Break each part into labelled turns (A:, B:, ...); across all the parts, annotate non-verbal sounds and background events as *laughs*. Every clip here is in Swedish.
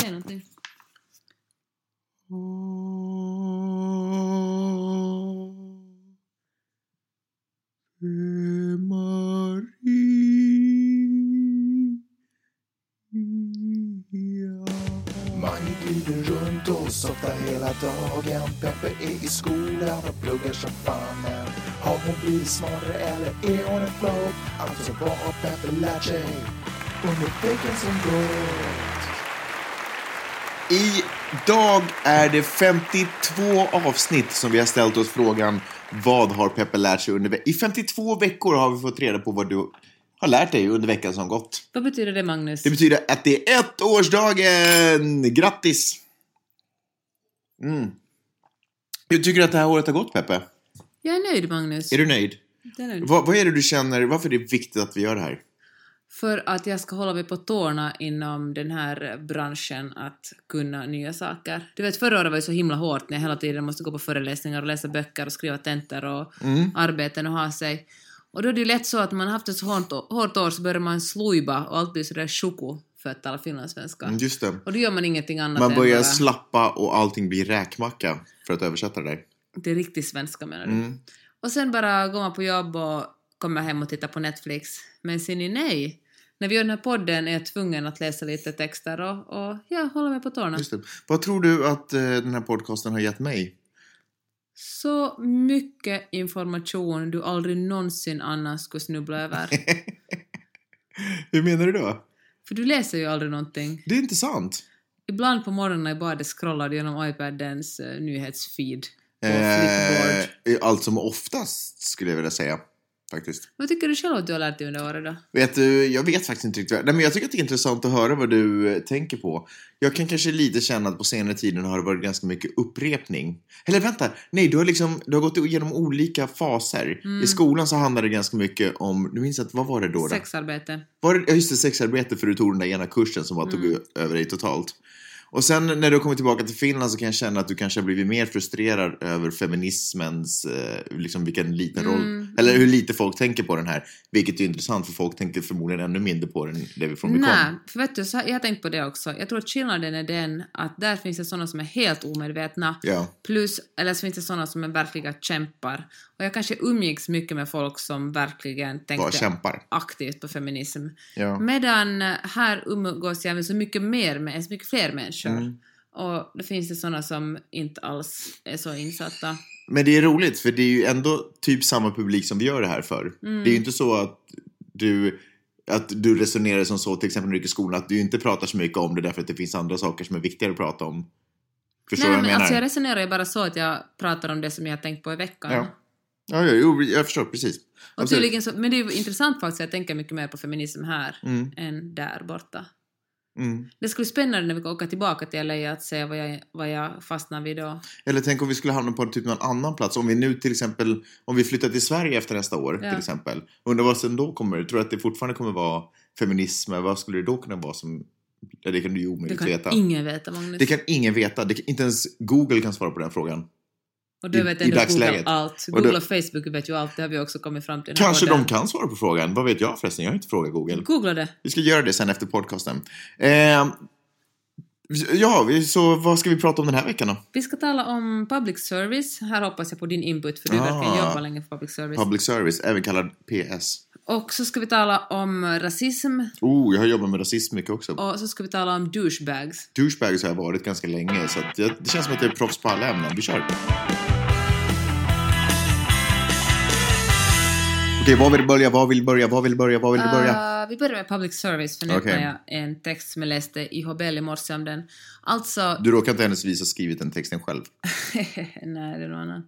A: Säg någonting.
B: Man glider runt och softar hela dagen. Peppe är i skolan och pluggar som fan. Men Har hon blivit smartare eller är hon en flopp? Alltså vad har Peppe lärt sig under veckan som gått?
C: Idag är det 52 avsnitt som vi har ställt oss frågan vad har Peppe lärt sig under veckan? I 52 veckor har vi fått reda på vad du har lärt dig under veckan som gått.
A: Vad betyder det, Magnus?
C: Det betyder att det är ettårsdagen! Grattis! Mm. Hur tycker du att det här året har gått, Peppe?
A: Jag är nöjd, Magnus.
C: Är du nöjd?
A: Jag är nöjd.
C: Vad, vad är det du känner, varför är det viktigt att vi gör det här?
A: För att jag ska hålla mig på tårna inom den här branschen att kunna nya saker. Du vet, förra året var ju så himla hårt när jag hela tiden måste gå på föreläsningar och läsa böcker och skriva tentor och
C: Mm.
A: arbeten och ha sig. Och då är det ju lätt så att man har haft ett så hårt, å- hårt år så börjar man slujba och allt blir sådär sjoko för att tala finlandssvenska.
C: Mm, Just det.
A: Och då gör man ingenting annat
C: Man
A: än
C: börjar
A: bara-
C: slappa och allting blir räkmacka, för att översätta det där.
A: Det är riktigt svenska menar du?
C: Mm.
A: Och sen bara går man på jobb och kommer hem och tittar på Netflix. Men ser ni nej? När vi gör den här podden är jag tvungen att läsa lite texter och, och ja, hålla mig på tårna.
C: Just det. Vad tror du att eh, den här podcasten har gett mig?
A: Så mycket information du aldrig någonsin annars skulle snubbla
C: *laughs*
A: över.
C: Hur menar du då?
A: För du läser ju aldrig någonting.
C: Det är inte sant.
A: Ibland på morgonen i badet scrollar du genom iPadens eh, nyhetsfeed. På
C: Eh,
A: Flipboard.
C: allt som oftast skulle jag vilja säga. Faktiskt.
A: Vad tycker du själv att du har lärt dig under året då?
C: Vet du, jag vet faktiskt inte riktigt. vad- Nej, men jag tycker att det är intressant att höra vad du eh, tänker på. Jag kan kanske lite känna att på senare tiden har det varit ganska mycket upprepning. Eller vänta, nej, du har liksom, du har gått igenom olika faser.
A: Mm.
C: I skolan så handlade det ganska mycket om, du minns att, vad var det då? då?
A: Sexarbete.
C: Var det, ja, just det, sexarbete för du tog den där ena kursen som bara tog över dig totalt. Och sen när du kommer tillbaka till Finland så kan jag känna att du kanske har blivit mer frustrerad över feminismens, eh, liksom vilken liten roll, eller hur lite folk tänker på den här. Vilket är intressant för folk tänker förmodligen ännu mindre på den därifrån vi
A: Nej,
C: kom.
A: för vet du, så, jag har tänkt på det också. Jag tror att skillnaden är den att där finns det sådana som är helt omedvetna.
C: Ja.
A: Plus, eller så finns det sådana som är verkliga kämpar. Och jag kanske umgicks mycket med folk som verkligen
C: Bara
A: tänkte
C: kämpar.
A: aktivt på feminism.
C: Ja.
A: Medan eh, här umgås jag med så mycket mer med, så mycket fler människor.
C: Mm.
A: Och då finns det sådana som inte alls är så insatta.
C: Men det är roligt för det är ju ändå typ samma publik som vi gör det här för.
A: Mm.
C: Det är ju inte så att du, att du resonerar som så till exempel när du gick i skolan att du inte pratar så mycket om det därför att det finns andra saker som är viktigare att prata om. Förstår
A: Nej,
C: du vad
A: men
C: jag menar?
A: alltså jag resonerar ju bara så att jag pratar om det som jag har tänkt på i veckan.
C: Ja. Ja, ja, jo, jag förstår precis.
A: Och
C: Absolut.
A: tydligen så, men det är ju intressant faktiskt, jag tänker mycket mer på feminism här
C: Mm,
A: än där borta.
C: mm.
A: Det skulle bli spännande när vi åker tillbaka till LA att se vad jag, vad jag fastnar vid då.
C: Eller tänk om vi skulle hamna på typ någon annan plats. Om vi nu till exempel, om vi flyttar till Sverige efter nästa år
A: Ja.
C: till exempel. Undrar vad sen då kommer? Tror du att det fortfarande kommer vara feminism? Vad skulle det då kunna vara som, ja, det kan du ju
A: Det
C: omöjligt
A: kan
C: veta.
A: ingen veta, Magnus.
C: Det kan ingen veta. Det kan, inte ens Google kan svara på den frågan.
A: och du
C: i-
A: vet
C: i
A: ändå Google
C: dagsläget.
A: allt.
C: Och
A: Google
C: då-
A: och Facebook vet ju allt, det har vi också kommit fram till. i den Mm. här
C: Kanske de
A: podden.
C: kan svara på frågan. Vad vet jag förresten? Jag har inte frågat Google.
A: Googla det.
C: Vi ska göra det sen efter podcasten. Eh, ja, vi- så vad ska vi prata om den här veckan då?
A: Vi ska tala om public service. Här hoppas jag på din input, för du
C: Ah.
A: verkar jobba länge för public service.
C: Public service, även kallad PS.
A: och så ska vi tala om rasism
C: Oh, jag har jobbat med rasism mycket också.
A: och så ska vi tala om douchebags.
C: Douchebags har jag varit ganska länge, så att jag, det känns som att jag är proffs på alla ämnen. Vi kör! Okej, vad vill börja? Vad vill börja? Vad vill börja? Vad vill börja?
A: Eh, vi börjar med public service, för nu
C: Okej.
A: öppnar jag en text som jag läste i HBL i morse om den. Alltså, *laughs*
C: Du råkar inte ens visa skrivit den texten själv.
A: Nej, det är någon annan.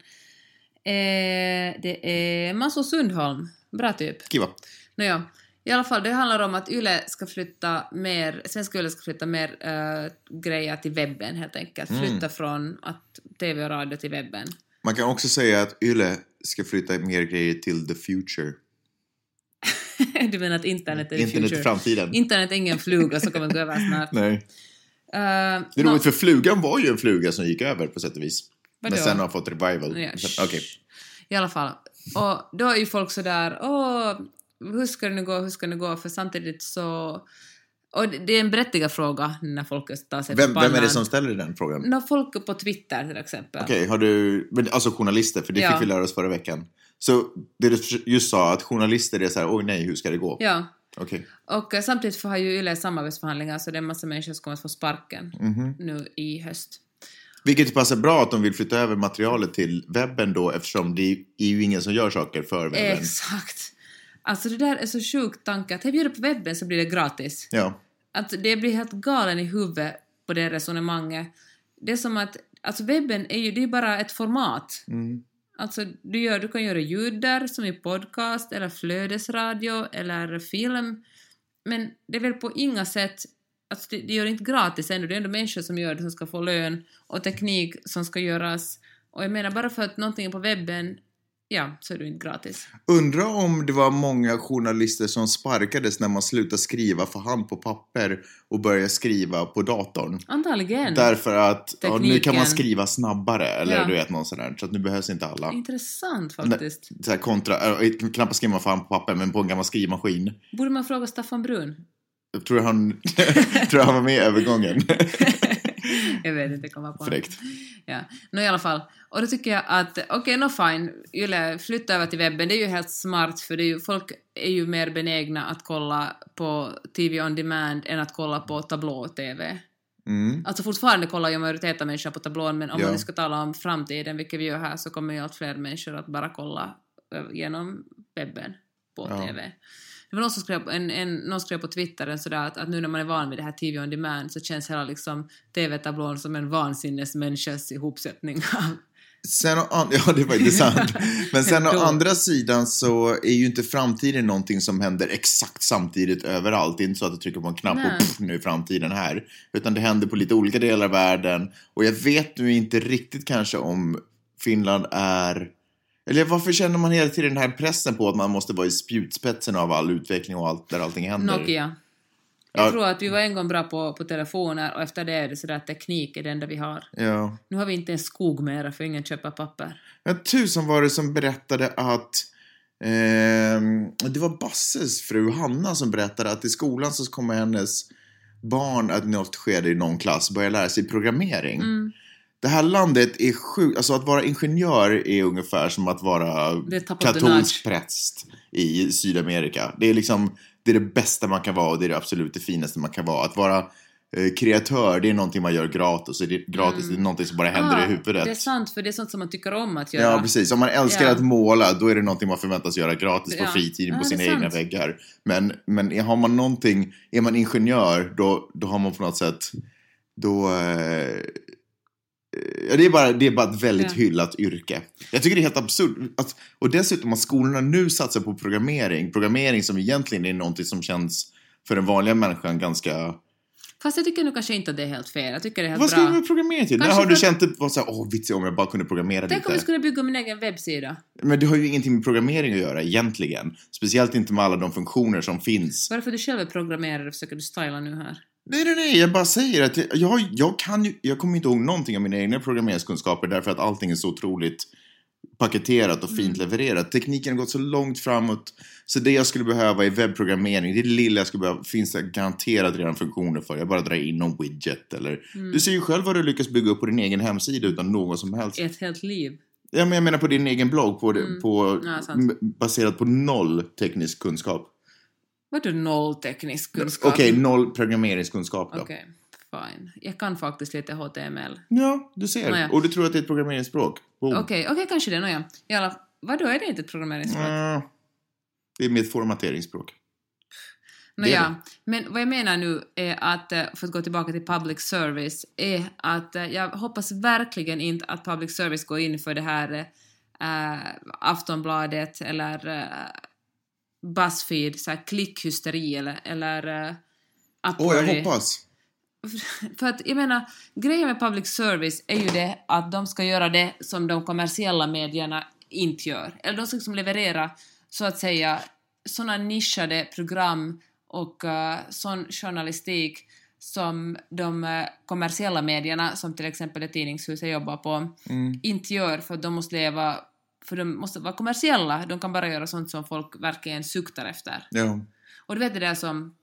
A: Eh, det är Maso Sundholm. Bra typ.
C: Skriva.
A: Nåja, i alla fall det handlar om att Yle ska flytta mer, svenska Yle ska flytta mer eh, grejer till webben helt enkelt.
C: Mm.
A: Flytta från att TV och radio till webben.
C: Man kan också säga att Yle ska flytta mer grejer till the future.
A: *laughs* du menar att internet är the
C: Internet i
A: future?
C: framtiden.
A: Internet är ingen fluga som kommer gå över
C: *laughs*
A: snart.
C: Nej.
A: Eh,
C: Det är
A: nå-
C: roligt för flugan var ju en fluga som gick över på sätt och vis.
A: Vadå?
C: Men sen har fått revival.
A: Ja,
C: Sen- Okej.
A: shh. I alla fall. Och då är ju folk så där, åh, hur ska det nu gå, hur ska det nu gå? För samtidigt så Och det det är en berättigad fråga när folk tar sig
C: Vem,
A: för
C: vem är det
A: pannan.
C: som ställer den frågan?
A: När folk på Twitter till exempel.
C: Okej, har du... Men alltså journalister, för det
A: Ja.
C: fick vi lära oss förra veckan. Så det du just sa, att journalister är så här, oj nej, hur ska det gå?
A: Ja.
C: Okej.
A: Och eh, samtidigt får- har ju YLE samarbetsförhandlingar så det är en massa människor som kommer att få sparken nu i höst.
C: Mhm. Vilket passar bra att de vill flytta över materialet till webben då eftersom det är ju ingen som gör saker för webben.
A: Exakt. Alltså det där är så sjukt tanke att här bjuder på webben så blir det gratis.
C: Ja.
A: Att det blir helt galen i huvudet på det resonemanget. Det är som att alltså webben är ju det är bara ett format.
C: Mm.
A: Alltså du, gör, du kan göra ljud där som i podcast eller flödesradio eller film. Men det är väl på inga sätt, alltså det, det gör det inte gratis ändå, det är ändå människor som gör det som ska få lön och teknik som ska göras. Och jag menar bara för att någonting är på webben, ja, så är det inte gratis.
C: Undra om det var många journalister som sparkades när man slutade skriva för hand på papper och började skriva på datorn.
A: Antagligen.
C: Därför att ja, nu kan
A: Tekniken.
C: man skriva snabbare eller
A: Ja.
C: du vet någon sån där. Så att nu behövs inte alla.
A: Intressant faktiskt.
C: Så här kontra, äh, knappast skriver man för hand på papper men på en gammal skrivmaskin.
A: Borde man fråga Staffan Brun? *laughs*
C: Jag tror han, *laughs* tror han var med i övergången.
A: jag vet inte, jag kommer på
C: Fräckt.
A: Ja, nå i alla fall. Och då tycker jag att, okej, nå fine, Yle, flytta över till webben, det är ju helt smart för det är ju, folk är ju mer benägna att kolla på TV on demand än att kolla på tablå-TV.
C: Mm.
A: Alltså fortfarande kollar ju majoriteten av människor på tablån men om
C: Ja.
A: man nu ska tala om framtiden, vilket vi gör här, så kommer ju allt fler människor att bara kolla eh, genom webben på
C: Ja.
A: TV. Det var någon som skrev, en, en, någon skrev på Twitter en sådär att, att nu när man är van vid det här TV on demand så känns hela liksom TV-tablån som en vansinnesmänniskas ihopsättning av
C: Sen, å an- *laughs* ja, det var
A: *laughs*
C: inte sant. Men sen å
A: Då.
C: andra sidan så är ju inte framtiden någonting som händer exakt samtidigt överallt. Det är inte så att du trycker på en knapp
A: Nej.
C: och pff, nu är framtiden här. Utan det händer på lite olika delar av världen. Och jag vet nu inte riktigt kanske om Finland är... Eller varför känner man hela tiden den här pressen på att man måste vara i spjutspetsen av all utveckling och allt där allting händer?
A: Nokia. Jag
C: Ja,
A: tror att vi var en gång bra på, på telefoner och efter det är det sådär att teknik är det enda vi har.
C: ja.
A: Nu har vi inte en skog mera för ingen köper papper.
C: Men tusan var det som berättade att ehm, det var Basses fru Hanna som berättade att i skolan så kommer hennes barn att i något skede i någon klass börja lära sig programmering.
A: Mm.
C: Det här landet är sjukt, alltså att vara ingenjör är ungefär som att vara
A: Det är tappat
C: katolsk präst i Sydamerika. Det är liksom, det är det bästa man kan vara och det är det absolut det finaste man kan vara. Att vara eh, kreatör, det är någonting man gör gratis, och det är gratis,
A: Mm.
C: det är någonting som bara händer
A: Ah,
C: i huvudet.
A: Det är sant, för det är sånt som man tycker om att göra.
C: Ja, precis. Om man älskar
A: Ja.
C: att måla, då är det någonting man förväntas göra gratis på
A: Ja.
C: fritiden,
A: Ja,
C: på
A: det är
C: sina egna
A: sant.
C: väggar. Men, men har man någonting, är man ingenjör, då, då har man på något sätt, då... Eh, ja, det, är bara, det är bara ett väldigt
A: Ja.
C: hyllat yrke. Jag tycker det är helt absurt. Att, och dessutom att skolorna nu satsar på programmering, programmering som egentligen är någonting som känns för den vanliga människan ganska...
A: Fast jag tycker nu kanske inte att det är helt fel. Jag tycker det är helt
C: Vad ska
A: bra.
C: du programmera till? När
A: Kanske
C: har du
A: för-
C: känt det var så här, åh vits om jag bara kunde programmera lite?
A: Tänk om jag skulle bygga min egen webbsida.
C: Men det har ju ingenting med programmering att göra egentligen. Speciellt inte med alla de funktioner som finns.
A: Varför du själv är programmerare försöker du styla nu här?
C: Nej, nej, nej, jag bara säger att jag, jag kan ju, jag kommer inte ihåg någonting av mina egna programmeringskunskaper därför att allting är så otroligt paketerat och fint levererat. Tekniken har gått så långt framåt så det jag skulle behöva i webbprogrammering, det lilla jag skulle behöva, finns det garanterat redan funktioner för. Jag bara drar in någon widget eller...
A: Mm.
C: Du ser ju själv vad du lyckas bygga upp på din egen hemsida utan någon som helst.
A: Ett helt liv.
C: Ja, men jag menar på din egen blogg, på,
A: Mm.
C: på,
A: Ja, sant.
C: m- baserat på noll teknisk kunskap.
A: Vadå noll teknisk kunskap?
C: Okej, noll programmeringskunskap då.
A: Okej, fine. Jag kan faktiskt lite HTML.
C: Ja, du ser.
A: Nåja.
C: Och du tror att det är ett programmeringsspråk? Oh. Boom.
A: Okej, okej, kanske det. Nåja. I alla- Vadå, är det inte ett programmeringsspråk?
C: Mm. Det är mitt formateringsspråk. Det är
A: Nåja, men vad jag menar nu är att, eh, för att gå tillbaka till public service, är att eh, jag hoppas verkligen inte att public service går in för det här äh, Aftonbladet eller eh, Buzzfeed, så här klickhysteri eller, eller äh,
C: Åh, jag hoppas.
A: för att jag menar, grejen med public service är ju det att de ska göra det som de kommersiella medierna inte gör. Eller de ska liksom leverera, så att säga, sådana nischade program och uh, sån journalistik som de eh, kommersiella medierna, som till exempel det tidningshus jag jobbar på,
C: Mm.
A: inte gör för att de måste leva, för de måste vara kommersiella, de kan bara göra sånt som folk verkligen suktar efter.
C: Ja.
A: Och du vet det där som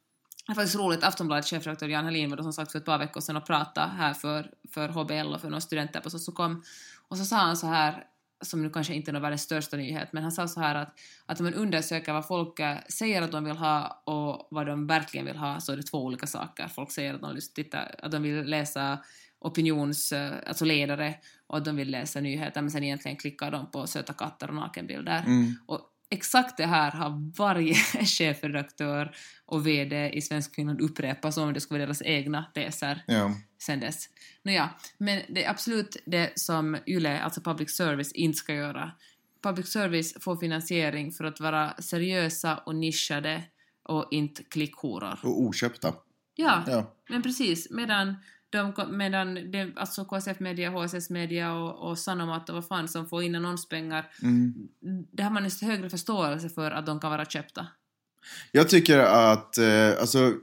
A: Det är faktiskt roligt, Aftonbladets chefredaktör Jan Helin var då som sagt för ett par veckor sedan och pratade här för, för HBL och för några studenter på Sossocom. Och så sa han så här, som nu kanske inte är någon världens största nyhet, men han sa så här att, att om man undersöker vad folk eh, säger att de vill ha och vad de verkligen vill ha så är det två olika saker. Folk säger att de vill, titta, att de vill läsa opinions, eh, alltså ledare och att de vill läsa nyheter men sen egentligen klickar de på söta katter och nakenbilder.
C: Mm.
A: Och exakt det här har varje *laughs* chefredaktör och VD i Svensk Finland upprepat som om det skulle vara deras egna teser
C: Ja.
A: sen dess. Nåja, men det är absolut det som YLE, alltså public service, inte ska göra. Public service får finansiering för att vara seriösa och nischade och inte klickhoror.
C: Och oköpta.
A: Ja,
C: Ja.
A: men precis. Medan, de, medan det, alltså KSF Media, HSS Media och, och Sanomat och vad fan som får in annonspengar
C: Mm.
A: det har man en högre förståelse för att de kan vara köpta.
C: Jag tycker att, eh, alltså,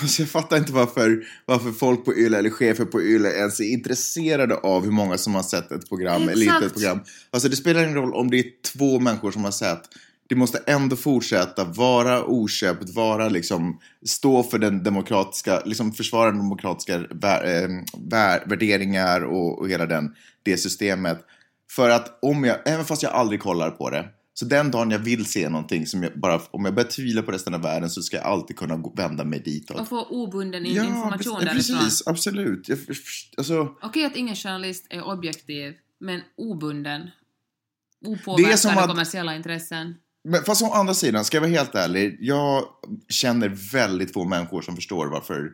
C: alltså jag fattar inte varför, varför folk på YLE eller chefer på YLE ens är intresserade av hur många som har sett ett program eller inte ett
A: Exakt.
C: program. Alltså det spelar ingen roll om det är två människor som har sett. Det måste ändå fortsätta vara oköpt, vara liksom, stå för den demokratiska, liksom försvara den demokratiska vär, eh, vär, värderingar och, och hela den, det systemet. För att om jag, även fast jag aldrig kollar på det, så den dagen jag vill se någonting som jag bara, om jag börjar tvivla på resten av världen så ska jag alltid kunna gå, vända mig ditåt.
A: Och få obunden in- information
C: precis,
A: därifrån.
C: precis, absolut. Jag, först- alltså,
A: Okej att ingen journalist är objektiv, men obunden.
C: Det är som
A: Opåverkad av
C: att-
A: kommersiella intressen.
C: Men fast å andra sidan, ska jag vara helt ärlig, jag känner väldigt få människor som förstår varför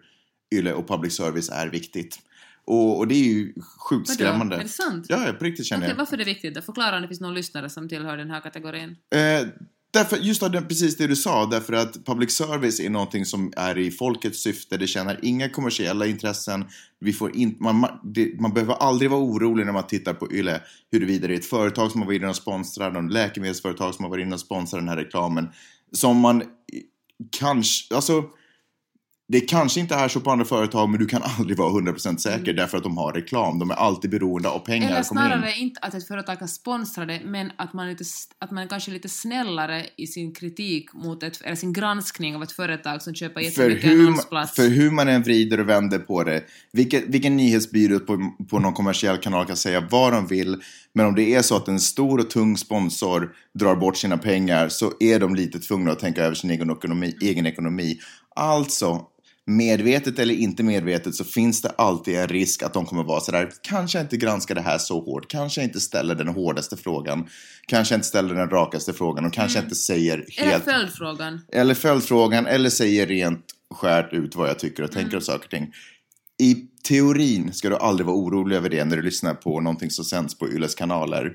C: YLE och public service är viktigt. Och, och det är ju sjukt
A: Vadå?
C: skrämmande.
A: Är det sant?
C: Ja, ja, på riktigt känner
A: Okej,
C: jag.
A: varför är det viktigt då? Förklara om det finns någon lyssnare som tillhör den här kategorin.
C: Eh, därför, just av det, precis det du sa, därför att public service är någonting som är i folkets syfte, det tjänar inga kommersiella intressen, vi får in, man, ma- det, man behöver aldrig vara orolig när man tittar på YLE huruvida det är ett företag som har varit inne och sponsrar, någon läkemedelsföretag som har varit inne och sponsrar den här reklamen, som man eh, kanske, alltså det kanske inte är så på andra företag men du kan aldrig vara 100% säker därför att de har reklam. De är alltid beroende av pengar.
A: Mm. Eller
C: som kommer in.
A: snarare inte att ett företag kan sponsra det, men att man, är lite, s- att man kanske är lite snällare i sin kritik mot ett, eller sin granskning av ett företag som köper
C: för
A: jättemycket
C: hur,
A: annonsplats.
C: för hur man än vrider och vänder på det, vilken, vilken nyhetsbyrå på, på någon kommersiell kanal kan säga vad de vill, men om det är så att en stor och tung sponsor drar bort sina pengar så är de lite tvungna att tänka över sin egen ekonomi. Egen ekonomi. Alltså, medvetet eller inte medvetet så finns det alltid en risk att de kommer vara sådär, kanske jag inte granskar det här så hårt, kanske jag inte ställer den hårdaste frågan, kanske jag inte ställer den rakaste frågan och
A: Mm.
C: kanske jag inte säger
A: Eller
C: helt
A: följdfrågan.
C: eller följdfrågan eller säger rent skärt ut vad jag tycker och tänker om saker och ting. I teorin ska du aldrig vara orolig över det när du lyssnar på någonting som sänds på Yles kanaler.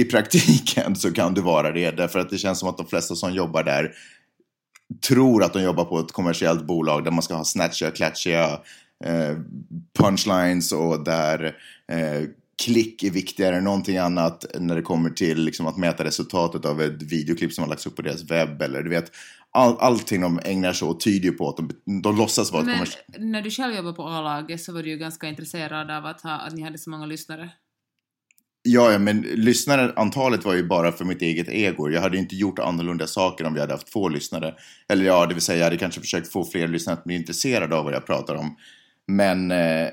C: I praktiken så kan du vara det därför att det känns som att de flesta som jobbar där tror att de jobbar på ett kommersiellt bolag där man ska ha snatchiga, klatschiga eh, punchlines och där eh, klick är viktigare än någonting annat när det kommer till liksom, att mäta resultatet av ett videoklipp som har lagts upp på deras webb eller du vet all, allting de ägnar sig åt tyder ju på att de, de låtsas vara ett
A: Men
C: kommersiellt
A: när du själv jobbade på A-laget så var du ju ganska intresserad av att, ha, att ni hade så många lyssnare.
C: Ja, ja, men lyssnarantalet var ju bara för mitt eget ego. Jag hade inte gjort annorlunda saker om vi hade haft få lyssnare. Eller ja, det vill säga jag hade kanske försökt få fler lyssnare att bli intresserade av vad jag pratar om. Men eh,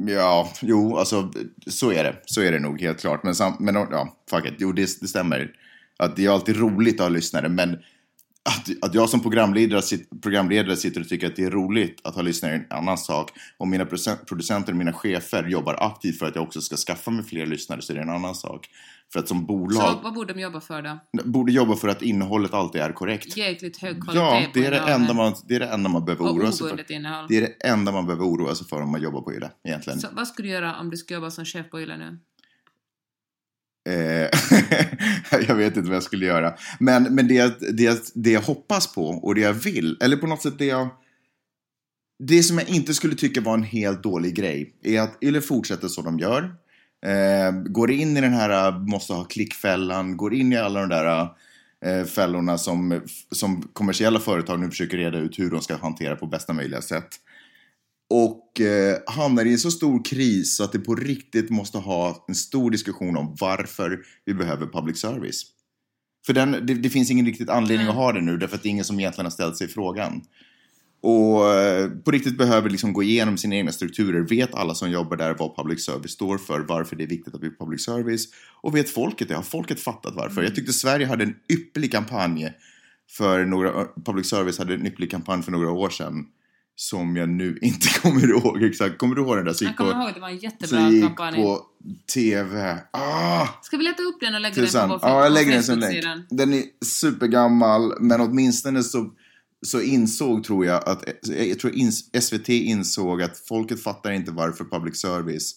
C: ja, jo, alltså så är det. Så är det nog helt klart. Men, sam- men ja, fuck it. Jo, det, det stämmer. Att det är alltid roligt att ha lyssnare, men att, att jag som programledare, sit- programledare sitter och tycker att det är roligt att ha lyssnare är en annan sak. Om mina procent- producenter och mina chefer jobbar aktivt för att jag också ska skaffa mig fler lyssnare så är det en annan sak. För att som
A: Så
C: bolag
A: vad borde de jobba för då?
C: borde jobba för att innehållet alltid är korrekt.
A: Jäkligt hög kvalitet
C: Ja, det är
A: på
C: det,
A: innehållet
C: enda man, det är det enda man behöver
A: och
C: oroa sig för.
A: obundet innehåll.
C: Det är det enda man behöver oroa sig för om man jobbar på YLE egentligen.
A: Så vad skulle du göra om du skulle jobba som chef på YLE nu?
C: Typ Eh, *laughs* jag vet inte vad jag skulle göra. Men, men det, jag- det, jag- det jag hoppas på och det jag vill, eller på något sätt det jag... Det som jag inte skulle tycka var en helt dålig grej är att Yle fortsätter som de gör. Eh, går in i den här eh, måste ha klickfällan, går in i alla de där eh, fällorna som, som kommersiella företag nu försöker reda ut hur de ska hantera på bästa möjliga sätt och eh, hamnar i en så stor kris så att det på riktigt måste ha en stor diskussion om varför vi behöver public service. För den, det, det finns ingen riktigt anledning att ha det nu därför att det är ingen som egentligen har ställt sig frågan. Och eh, på riktigt behöver liksom gå igenom sina egna strukturer. Vet alla som jobbar där vad public service står för, varför det är viktigt att bli public service. Och vet folket det? Har folket fattat
A: Mm.
C: varför? Jag tyckte Sverige hade en ypperlig kampanj för några, public service hade en ypperlig kampanj för några år sedan. Som jag nu *laughs* inte kommer ihåg exakt. Kommer du ihåg den där? Så
A: Jag
C: gick på,
A: kommer ihåg att det var en
C: så
A: jättebra
C: gick
A: kampanj.
C: på TV. Ah!
A: Ska vi leta upp den och lägga den på
C: Tusan.
A: vår
C: Ja, jag lägger den som länk.
A: Facebook-sidan?
C: Den är supergammal, men åtminstone så, så insåg, tror jag, att jag tror ins- SVT insåg att folket fattar inte varför public service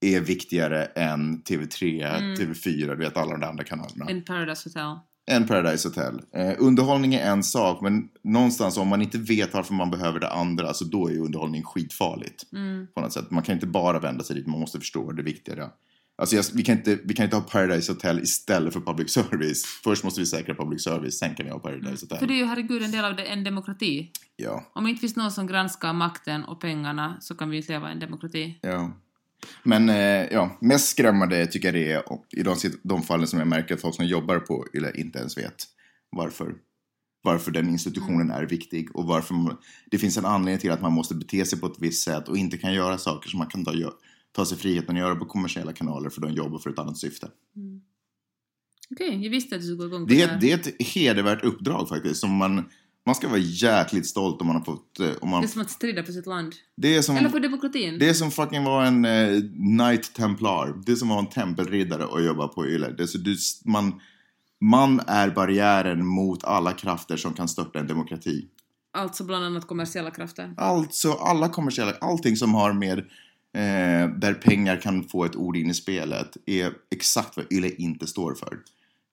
C: är viktigare än TV3,
A: Mm.
C: TV4, du vet alla de där andra kanalerna.
A: In Paradise Hotel.
C: Än Paradise Hotel. Eh, underhållning är en sak, men någonstans om man inte vet varför man behöver det andra, så då är ju underhållning skitfarligt
A: Mm.
C: på något sätt. Man kan inte bara vända sig dit, man måste förstå det viktiga. Alltså jag, vi, kan inte, vi kan inte ha Paradise Hotel istället för public service. Först måste vi säkra public service, sen kan vi ha
A: För
C: Paradise
A: det
C: Hotel.
A: är ju herregud en del av det, en demokrati.
C: Ja,
A: Om det inte finns någon som granskar makten och pengarna så kan vi inte leva i en demokrati.
C: ja. Men eh, ja, mest skrämmande tycker jag det är och i de, sit- de fallen som jag märker att folk som jobbar på YLE inte ens vet varför. Varför den institutionen
A: Mm.
C: är viktig och varför man, det finns en anledning till att man måste bete sig på ett visst sätt och inte kan göra saker som man kan ta, gö- ta sig friheten att göra på kommersiella kanaler för de jobbar för ett annat syfte.
A: Mm. Okej, jag visste att du skulle gå igång på
C: Det,
A: det
C: är-
A: här.
C: det är ett hedervärt uppdrag faktiskt. Som man, man ska vara jäkligt stolt om man har fått... eh, Om
A: Det är
C: man,
A: som att strida för sitt land.
C: det, är som,
A: Eller för demokratin.
C: Mm. det är som fucking vara en eh, Knight Templar. Det är som att vara en tempelriddare och jobba på Yle. Det är så du, man, man är barriären mot alla krafter som kan störta en demokrati.
A: Alltså bland annat kommersiella krafter.
C: Alltså alla kommersiella, allting som har med eh, där pengar kan få ett ord in i spelet är exakt vad YLE inte står för.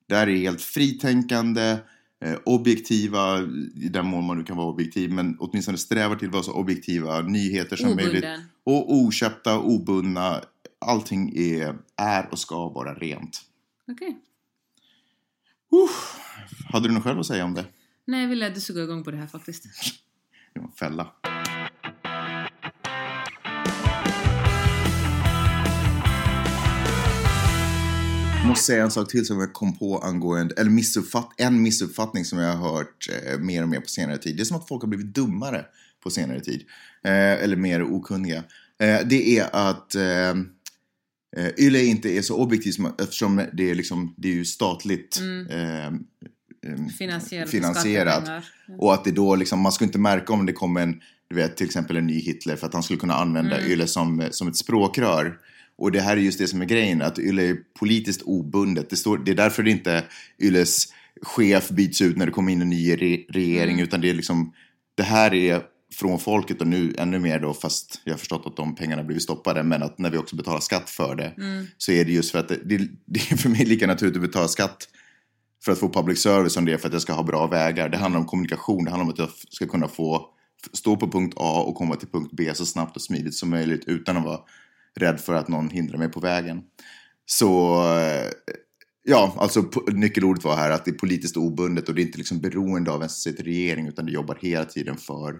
C: Där är helt fritänkande, eh, objektiva, i den mån man nu kan vara objektiv, men åtminstone strävar till att vara så objektiva nyheter som möjligt.
A: Obunden.
C: Och oköpta, obundna, allting är, är och ska vara rent.
A: Okej.
C: Uff, hade du något själv att säga om det?
A: Nej, jag ville att du skulle gå igång på det här faktiskt.
C: Det var en fälla. Jag måste säga en sak till som jag kom på angående, eller missuppfatt, en missuppfattning som jag har hört eh, mer och mer på senare tid. Det är som att folk har blivit dummare på senare tid. Eh, eller mer okunniga. Eh, det är att eh, eh, YLE inte är så objektivt som- eftersom det är, liksom, det är ju statligt
A: Mm.
C: eh, eh,
A: Finansierat.
C: finansierat.
A: skattepengar. Ja.
C: Och att det då liksom, man skulle inte märka om det kom en, du vet till exempel en ny Hitler för att han skulle kunna använda
A: Mm.
C: YLE som, som ett språkrör. Och det här är just det som är grejen, att YLE är politiskt obundet. Det, står, det är därför det inte YLEs chef byts ut när det kommer in en ny re- regering,
A: Mm.
C: utan det är liksom, det här är från folket och nu ännu mer då, fast jag har förstått att de pengarna blivit stoppade, men att när vi också betalar skatt för det,
A: Mm.
C: så är det just för att det, det, det är för mig lika naturligt att betala skatt för att få public service som det är för att jag ska ha bra vägar. Det handlar om kommunikation, det handlar om att jag f- ska kunna få f- stå på punkt A och komma till punkt B så snabbt och smidigt som möjligt utan att vara rädd för att någon hindrar mig på vägen. Så eh, ja, alltså po- nyckelordet var här att det är politiskt obundet och det är inte liksom beroende av ens sitt regering utan det jobbar hela tiden för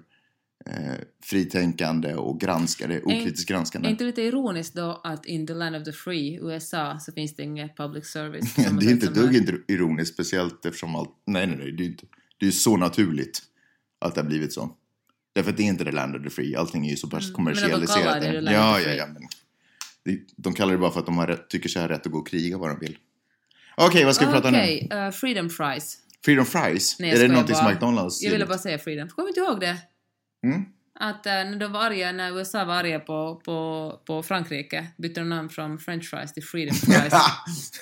C: eh, fritänkande och granskare, okritiskt
A: Är
C: granskande.
A: inte lite ironiskt då att in the land of the free, USA, så finns det inget public service? på samma
C: *laughs* Det är
A: sätt
C: inte
A: som
C: dugg
A: liksom här.
C: inte ironiskt, speciellt eftersom allt... Nej, nej, nej. Det är, inte, det är så naturligt att det har blivit så. Därför att det är inte the land of the free. Allting är ju så pass
A: Mm, men att de kallar
C: kommersialiserat.
A: det the land
C: ja,
A: of the
C: ja,
A: free.
C: ja. Men det, de kallar det bara för att de har rätt, tycker sig ha rätt att gå och kriga vad de vill. Okej, vad ska vi prata nu?
A: Okej, eh, freedom fries.
C: Freedom fries?
A: Nej, jag
C: är det
A: skojar
C: någonting som
A: bara.
C: McDonalds
A: Jag ville
C: gillar?
A: bara säga freedom. Kommer inte ihåg det?
C: Mm?
A: Att eh, när de var arga, när USA var arga på, på, på Frankrike bytte de namn från french fries till freedom
C: *laughs*
A: fries.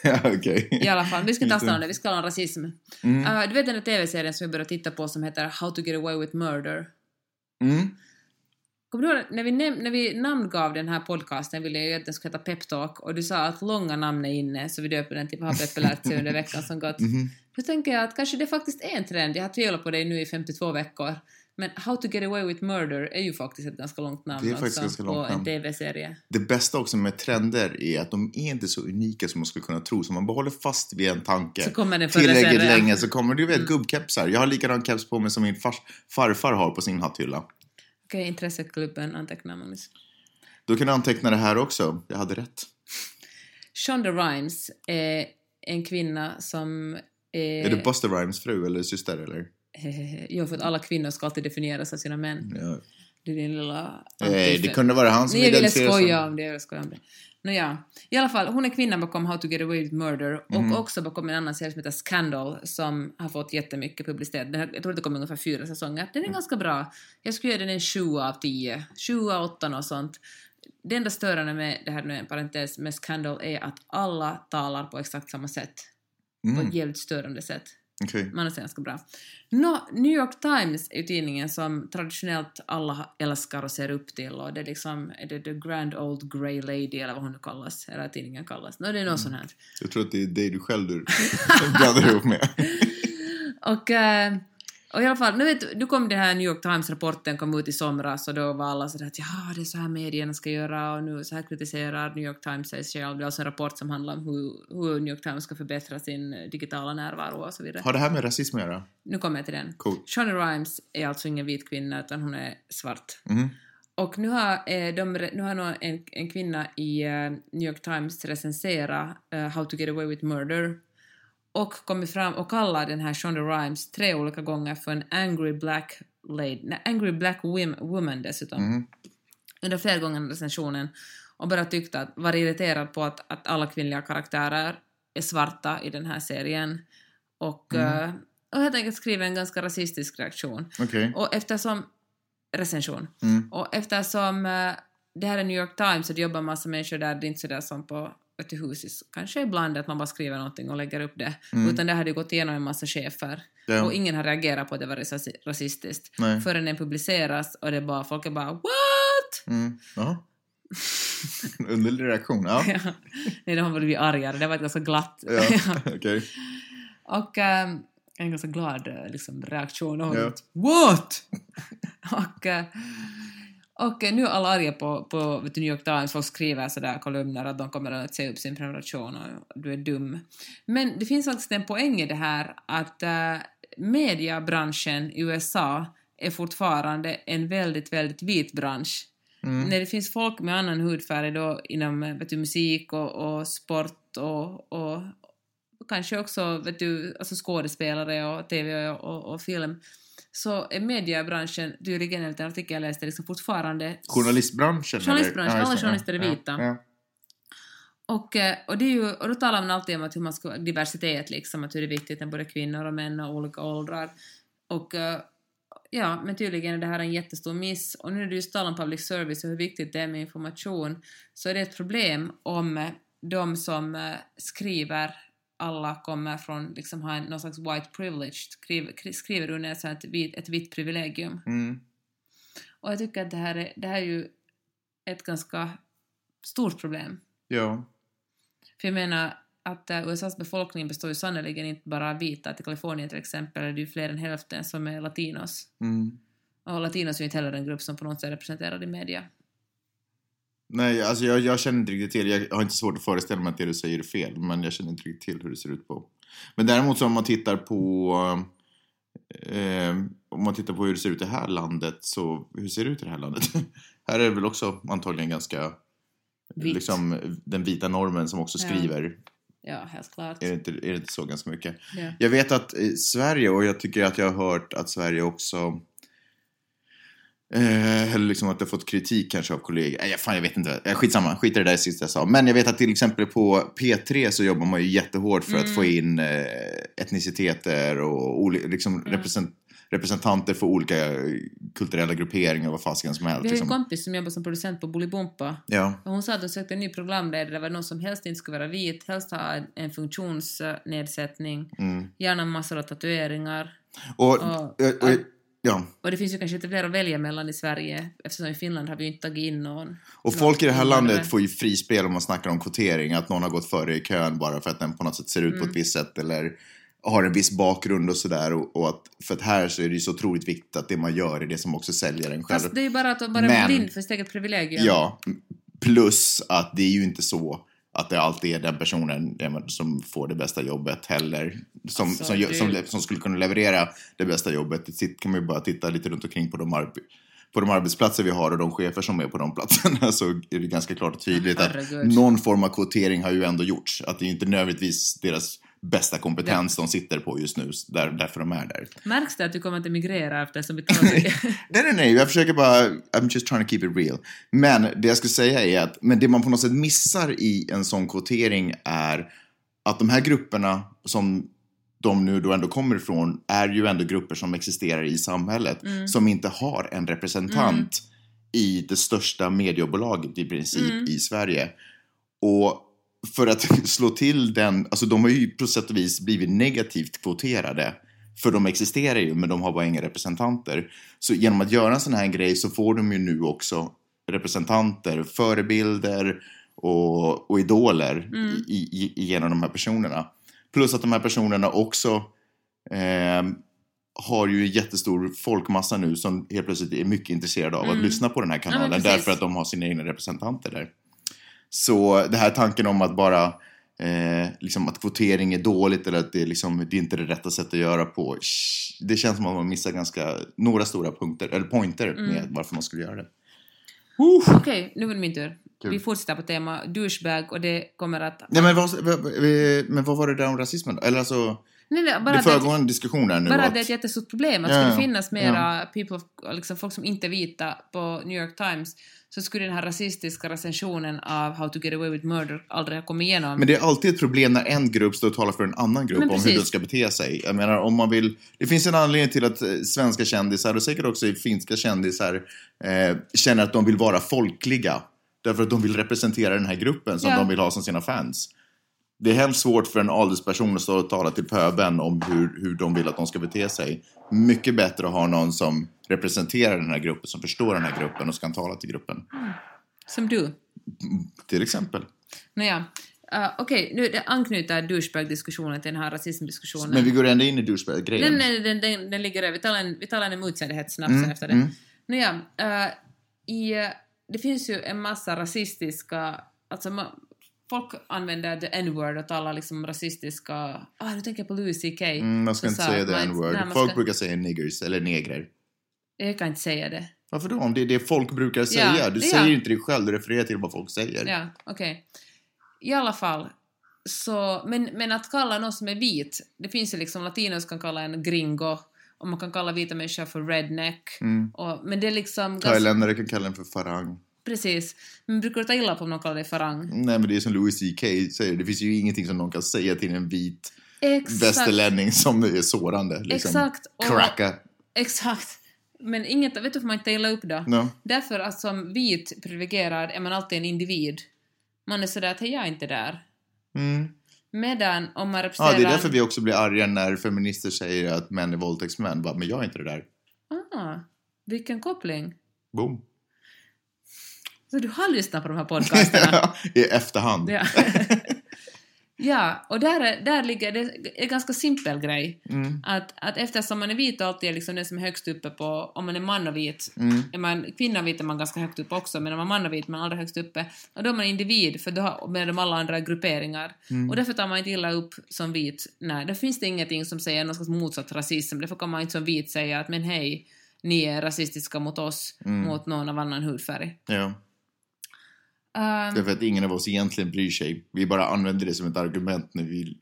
C: Ja, Okej.
A: I alla fall, vi ska
C: Just
A: inte tala om
C: det.
A: det, vi ska tala om rasism.
C: Mm.
A: Eh, du vet den där TV-serien som jag började titta på som heter How to get away with murder?
C: Mm.
A: Kommer du ihåg när vi, näm- när vi namngav den här podcasten ville jag ju att den skulle heta Peptalk och du sa att långa namn är inne så vi döper den till Vad har Peppe lärt sig under veckan som gått?
C: Mhm.
A: Då tänker jag att kanske det faktiskt är en trend, jag har tvivlat på dig nu i 52 veckor. Men How to get away with murder är ju faktiskt ett ganska långt namn alltså
C: Det är faktiskt ganska långt
A: på en
C: namn.
A: TV-serie.
C: Det bästa också med trender är att de är inte så unika som man skulle kunna tro. Så man bara håller fast vid en tanke.
A: Så kommer den förr eller
C: tillräckligt
A: senare.
C: länge så kommer du vet
A: Mm.
C: gubbkepsar. Jag har likadan keps på mig som min fars, farfar har på sin hatthylla.
A: Okej, intresseklubben antecknar Magnus.
C: Då kan du anteckna det här också. Jag hade rätt.
A: Shonda Rhimes är en kvinna som är... Eh.
C: Är det Buster Rhymes fru eller syster eller?
A: Jo, för att alla kvinnor ska alltid definieras av sina män.
C: Ja.
A: Det är din lilla...
C: Eh, Mm. det kunde vara han som
A: Nej, jag ville
C: identifierade sig.
A: skoja om det. Jag ville skoja om det. Nåja, i alla fall, hon är kvinnan bakom How to get away with murder och
C: Mm.
A: också bakom en annan serie som heter Scandal som har fått jättemycket publicitet. Den har, jag tror att det kom ungefär fyra säsonger. Den är
C: Mm.
A: ganska bra. Jag skulle ge den en 7 av 10. 7 av 8 och sånt. Det enda störande med, det här nu är en parentes, med Scandal är att alla talar på exakt samma sätt. På
C: Mm,
A: ett jävligt störande sätt.
C: okej.
A: Man är ganska bra. Nå, New York Times är ju tidningen som traditionellt alla älskar och ser upp till och det är liksom är det The Grand Old Grey Lady eller vad hon nu kallas, eller tidningen kallas. Nå, det är något sånt här.
C: Jag tror att det är dig du själv du blandar ihop med.
A: Och, eh, och i alla fall, nu vet du, nu kom den här New York Times-rapporten kom ut i somras och då var alla sådär att ja, det är så här medierna ska göra och nu så här kritiserar New York Times sig själv. Det är alltså en rapport som handlar om hur, hur New York Times ska förbättra sin eh, digitala närvaro och så vidare.
C: Har det här med rasism att göra?
A: Nu kommer jag till den.
C: Coolt.
A: Shonda Rhimes är alltså ingen vit kvinna utan hon är svart.
C: Mm.
A: Och nu har, eh, de, re- nu har någon, en, en kvinna i eh, New York Times recenserat eh, How to get away with murder och kommit fram och kallar den här Shonda Rhimes tre olika gånger för en angry black lady, nej, angry black wim, woman dessutom
C: Mm.
A: under flera gånger under recensionen och bara tyckte att, var irriterad på att, att alla kvinnliga karaktärer är svarta i den här serien och,
C: Mm.
A: eh, och helt enkelt skriver en ganska rasistisk reaktion.
C: Okej.
A: Och eftersom recension.
C: Mm.
A: Och eftersom eh, det här är New York Times och det jobbar massa människor där, det är inte sådär som på Ötehusis, kanske ibland att man bara skriver någonting och lägger upp det.
C: Mm.
A: Utan det hade ju gått igenom en massa chefer
C: Ja.
A: och ingen har reagerat på att det var rasi- rasistiskt.
C: Nej.
A: Förrän den publiceras och det är bara, folk är bara “What?”
C: Mm. Ja. *laughs* Underlig reaktion.
A: *laughs*
C: Ja.
A: Ja. Nej, de har blivit argare. Det var ett ganska glatt... *laughs*
C: ja. Okej.
A: och ehm, en ganska glad eh, liksom, reaktion. Och
C: Ja.
A: What? *laughs* och, eh, och eh, nu är alla arga på, på vet du, New York Times. Folk skriver sådär kolumner att de kommer att säga upp sin prenumeration och du är dum. Men det finns faktiskt en poäng i det här att eh, mediebranschen i USA är fortfarande en väldigt, väldigt vit bransch.
C: Mm.
A: När det finns folk med annan hudfärg då inom eh, vet du, musik och, och sport och, och, och kanske också vet du, alltså skådespelare och tv och, och, och film så är mediebranschen tydligen enligt en artikel jag läste liksom fortfarande
C: Journalistbranschen? eller?
A: Journalistbranschen,
C: Ja, just
A: alla
C: det.
A: journalister är
C: Ja,
A: vita.
C: Ja.
A: och, eh, och, det är ju, och då talar man alltid om att hur man ska, diversitet, liksom, att hur det är viktigt med både kvinnor och män och olika åldrar. Och, eh, ja, men tydligen är det här en jättestor miss. Och nu när du just talar om public service och hur viktigt det är med information så är det ett problem om eh, de som eh, skriver alla kommer från liksom, ha en, någon slags white privilege, skriver, kri- skriver under ett, sånt här vit, ett vitt privilegium.
C: Mm.
A: Och jag tycker att det här är, det här är ju ett ganska stort problem.
C: ja.
A: För jag menar att eh, USAs befolkning består ju sannerligen inte bara av vita. Till Kalifornien till exempel är det ju fler än hälften som är latinos.
C: Mm.
A: Och latinos är ju inte heller en grupp som på något sätt är representerad i media.
C: Nej, alltså jag, jag känner inte riktigt till. Jag har inte svårt att föreställa mig att det du säger är fel, men jag känner inte riktigt till hur det ser ut på. Men däremot så om man tittar på eh, om man tittar på hur det ser ut i det här landet så hur ser det ut i det här landet? *laughs* här är det väl också antagligen ganska
A: Vitt.
C: liksom den vita normen som också
A: Ja.
C: skriver.
A: Ja, helt klart.
C: Är, det inte, är det inte så ganska mycket?
A: Ja.
C: Jag vet att eh, Sverige, och jag tycker att jag har hört att Sverige också eh, eller liksom att det har fått kritik kanske av kollegor. Nej, fan jag vet inte. Eh, Skitsamma, skit i det där sista jag sa. Men jag vet att till exempel på P3 så jobbar man ju jättehårt för att
A: Mm.
C: få in eh, etniciteter och oli- liksom
A: Mm.
C: represent- representanter för olika eh, kulturella grupperingar och vad fasiken som helst.
A: Vi har ju en
C: Liksom.
A: kompis som jobbar som producent på Bolibompa.
C: Ja.
A: Och hon sa att hon sökte en ny programledare där det var någon som helst inte skulle vara vit, helst ha en- en funktionsnedsättning,
C: Mm.
A: gärna massor av tatueringar.
C: Och,
A: Ja.
C: eh, och, ja.
A: Och det finns ju kanske inte fler att välja mellan i Sverige eftersom i Finland har vi ju inte tagit in någon.
C: Och
A: Ja, Mm,
C: folk i det här
A: invandrare.
C: landet får ju frispel om man snackar om kvotering, att någon har gått före i kön bara för att den på något sätt ser ut
A: Mm.
C: på ett visst sätt eller har en viss bakgrund och sådär. Och, och att, för att här så är det ju så otroligt viktigt att det man gör är det som också säljer en själv.
A: Fast det är ju bara att vara
C: Men-
A: blind för sitt eget privilegium.
C: Ja, plus att det är ju inte så att det alltid är den personen ja, men, som får det bästa jobbet heller. Som,
A: Alltså,
C: som, gör-
A: det-
C: som, le- som skulle kunna leverera det bästa jobbet. Det sitt- kan man ju bara titta lite runt omkring på de, arb- på de arbetsplatser vi har och de chefer som är på de platserna *laughs* så är det ganska klart och tydligt att
A: Herregud.
C: någon form av kvotering har ju ändå gjorts. Att det är ju inte nödvändigtvis deras bästa kompetens de sitter på just nu, där, därför de är där.
A: Märks det att du kommer att emigrera eftersom vi talar
C: *laughs*
A: mycket?
C: Nej, nej, nej, jag försöker bara, I'm just trying to keep it real. Men det jag skulle säga är att, men det man på något sätt missar i en sån kvotering är att de här grupperna som de nu då ändå kommer ifrån är ju ändå grupper som existerar i samhället som inte har en representant i det största mediebolaget i princip i Sverige. Och för att *laughs* slå till den, alltså de har ju på sätt och vis blivit negativt kvoterade. För de existerar ju, men de har bara inga representanter. Så genom att göra en sån här grej så får de ju nu också representanter, förebilder och, och idoler i, i, i, genom de här personerna. Plus att de här personerna också ehm, har ju en jättestor folkmassa nu som helt plötsligt är mycket intresserade av att lyssna på den här kanalen
A: precis.
C: därför att de har sina egna representanter där. Så det här tanken om att bara eh, liksom att kvotering är dåligt eller att det, är liksom, det är inte är det rätta sättet att göra på. sh- Det känns som att man missar ganska några stora punkter, eller pointer
A: Mm.
C: med varför man skulle göra det.
A: Okej, nu är det min tur.
C: Kul.
A: Vi fortsätter på tema douchebag och det kommer att...
C: Nej, men, vad, vad- vad- men vad var det där om rasismen då? Eller alltså,
A: Nej, nej, bara
C: det
A: att det-
C: föregående diskussioner nu.
A: Bara
C: att-
A: att det är ett jättestort problem. Att
C: Ja,
A: skulle det
C: ja.
A: finnas mera people of, liksom folk som inte är vita på New York Times så skulle den här rasistiska recensionen av How to get away with murder aldrig ha kommit igenom.
C: Men det är alltid ett problem när en grupp står och talar för en annan grupp
A: Men
C: om hur
A: precis.
C: den ska bete sig. Jag menar, om man vill... Det finns en anledning till att eh, svenska kändisar, och säkert också finska kändisar, eh, känner att de vill vara folkliga. Därför att de vill representera den här gruppen som
A: Ja.
C: de vill ha som sina fans. Det är hemskt svårt för en adelsperson att stå och tala till pöben om hur, hur de vill att de ska bete sig. Mycket bättre att ha någon som representerar den här gruppen, som förstår den här gruppen och som kan tala till gruppen.
A: Som du.
C: Till exempel.
A: Nåja. Eh, Okej, nu det anknyter douchebag-diskussionen till den här rasismdiskussionen.
C: Men vi går ändå in i douchebag-grejen. Mm.
A: Nej, nej, den, den, den ligger där. Vi talar en, vi talar en emotständighet snabbt sen efter det. Nåja, eh, i, eh, det finns ju en massa rasistiska... Alltså, ma- folk använder the n-word och talar liksom rasistiska... Ah, nu tänker jag på Louis CK.
C: Mm, man ska
A: som
C: inte
A: sa
C: säga
A: att
C: the
A: man inte-
C: n-word.
A: nej, man
C: Folk
A: ska-
C: brukar säga niggers eller negrer.
A: Jag kan inte säga det.
C: Varför då? Om det är det folk brukar säga. du
A: ja.
C: säger inte det själv, du refererar till vad folk säger.
A: Ja, okej. I alla fall. Så, men, men att kalla någon som är vit, det finns ju liksom latinos kan kalla en gringo och man kan kalla vita människor för redneck. Och, men det är liksom... ganska-
C: Mm. Thailändare kan kalla den för farang.
A: Precis. Men brukar du ta illa på om någon kallar dig farang?
C: Nej men det är som Louis CK säger, det finns ju ingenting som någon kan säga till en vit
A: Exakt.
C: västerlänning som är sårande. Liksom.
A: Exakt. Och-
C: Cracka.
A: Exakt. Men inget, vet du varför man inte tar illa upp då?
C: No.
A: Därför att som vit privilegierad är man alltid en individ. Man är sådär att hej, jag är inte där.
C: Mm.
A: Medan om man
C: Ja,
A: representerar...
C: det är därför vi också blir arga när feminister säger att män är våldtäktsmän. Bara, men jag är inte det där.
A: Ah, vilken koppling.
C: Boom.
A: Så du har lyssnat på de här
C: *laughs*
A: podcasterna?
C: I efterhand.
A: ja. *laughs* ja, och där, är- där ligger det är en ganska simpel grej.
C: Mm.
A: Att, att eftersom man är vit och alltid är liksom den som är högst uppe på, om man är man och vit,
C: Mm.
A: är man kvinna och vit är man ganska högt upp också, men om man är man och vit är man aldrig högst uppe. Och då är man individ, för då har, med de alla andra grupperingar.
C: Mm.
A: Och därför tar man inte illa upp som vit. Nej, där finns det ingenting som säger någon slags motsatt rasism. Därför kan man inte som vit säga att men hej, ni är rasistiska mot oss, mot någon av annan hudfärg.
C: Mm. Ja.
A: Ehm,
C: Därför att ingen av oss egentligen bryr sig. Vi bara använder det som ett argument när vi,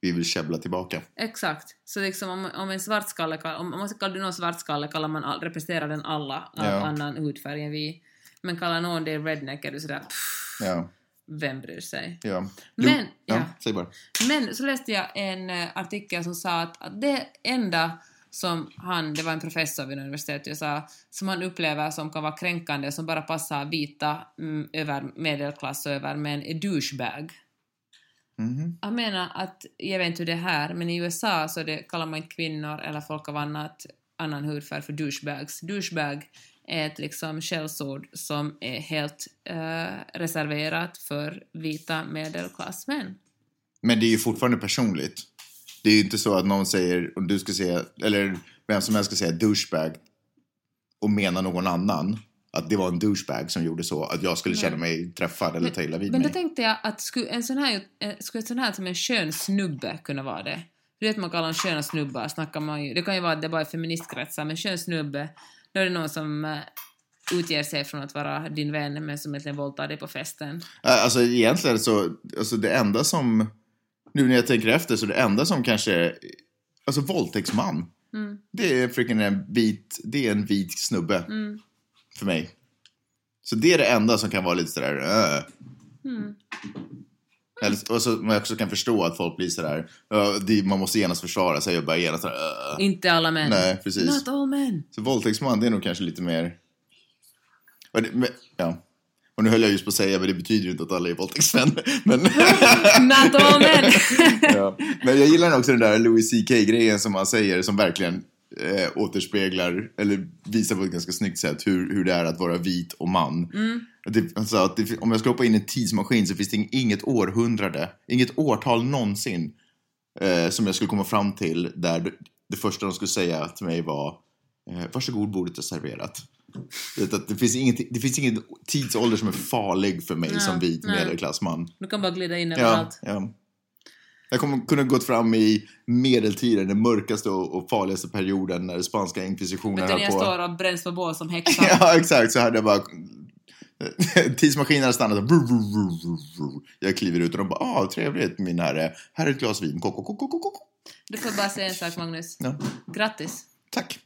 C: vi vill käbbla tillbaka.
A: Exakt. Så liksom om, om en svartskalle, kall- om, om man kallar någon svartskalle kallar man all, representerar den alla av
C: Ja.
A: annan hudfärg än vi. Men kallar någon det redneck är du sådär, pff,
C: Ja,
A: vem bryr sig?
C: ja.
A: Men-
C: ja.
A: ja.
C: Säg bara.
A: Men så läste jag en eh, artikel som sa att, att det enda som han, det var en professor vid universitetet i USA, som han upplever som kan vara kränkande, som bara passar vita mm, över medelklass och över män, är douchebag.
C: Mhm.
A: Jag menar att, jag vet inte hur det är här, men i USA så det kallar man inte kvinnor eller folk av annat, annan hudfärg för douchebags. Douchebag är ett liksom skällsord som är helt eh, reserverat för vita medelklassmän.
C: Men det är ju fortfarande personligt. Det är ju inte så att någon säger, om du ska säga, eller vem som helst ska säga douchebag och mena någon annan att det var en douchebag som gjorde så, att jag skulle känna mig träffad eller ta illa vid
A: Mm. Men då
C: mig.
A: tänkte jag att skulle, en sån här, eh, skulle ett sån här som en skön snubbe kunna vara det? Du vet man kallar en sköna snubbar, snackar man ju, det kan ju vara att det bara är feministkretsar, men skön snubbe, då är det någon som eh, utger sig från att vara din vän men som egentligen våldtar dig på festen.
C: Äh, Alltså egentligen så, alltså det enda som Nu när jag tänker efter så det enda som kanske, alltså våldtäktsman.
A: Mm.
C: Det är freaking en vit, det är en vit snubbe
A: Mm.
C: för mig. Så det är det enda som kan vara lite sådär, öh.
A: Mm.
C: Eller- Och så man också kan förstå att folk blir sådär, "Öh, det- man måste genast försvara sig och börja genast sådär, "Öh."
A: Inte alla män.
C: Nej, precis.
A: Not all
C: *laughs*
A: men.
C: Så våldtäktsman, det är nog kanske lite mer... Men, men, ja. Och nu höll jag just på att säga, men det betyder ju inte att alla är våldtäktsmän. Men,
A: *laughs* Not all men!
C: ja. men jag gillar också den där Louis CK-grejen som han säger, som verkligen eh, återspeglar, eller visar på ett ganska snyggt sätt hur, hur det är att vara vit och man.
A: Mm.
C: Att Det, han sa att det, om jag skulle hoppa in i en tidsmaskin så finns det inget århundrade, inget årtal någonsin eh, som jag skulle komma fram till där det, det första de skulle säga till mig var eh, varsågod bordet är serverat. Det, att det, finns inget, det finns ingen tidsålder som är farlig för mig
A: Nej,
C: som vit
A: nej.
C: medelklassman.
A: Du kan bara glida in
C: Ja,
A: överallt.
C: ja. Jag kommer kunna gått fram i medeltiden, den mörkaste och, och farligaste perioden när spanska
A: Vet
C: inkvisitionen
A: du när
C: höll
A: jag
C: *laughs* på.
A: står och bränns på bål som häxa?
C: *laughs* Ja, exakt. Så hade jag bara... *laughs* Tidsmaskinen hade stannat och... vrr, vrr, vrr, vrr. Jag kliver ut och de bara ah, trevligt min herre. Här är ett glas vin. Kok, kok, kok, kok, kok.
A: Du får bara säga en sak Magnus.
C: Ja,
A: Grattis!
C: tack.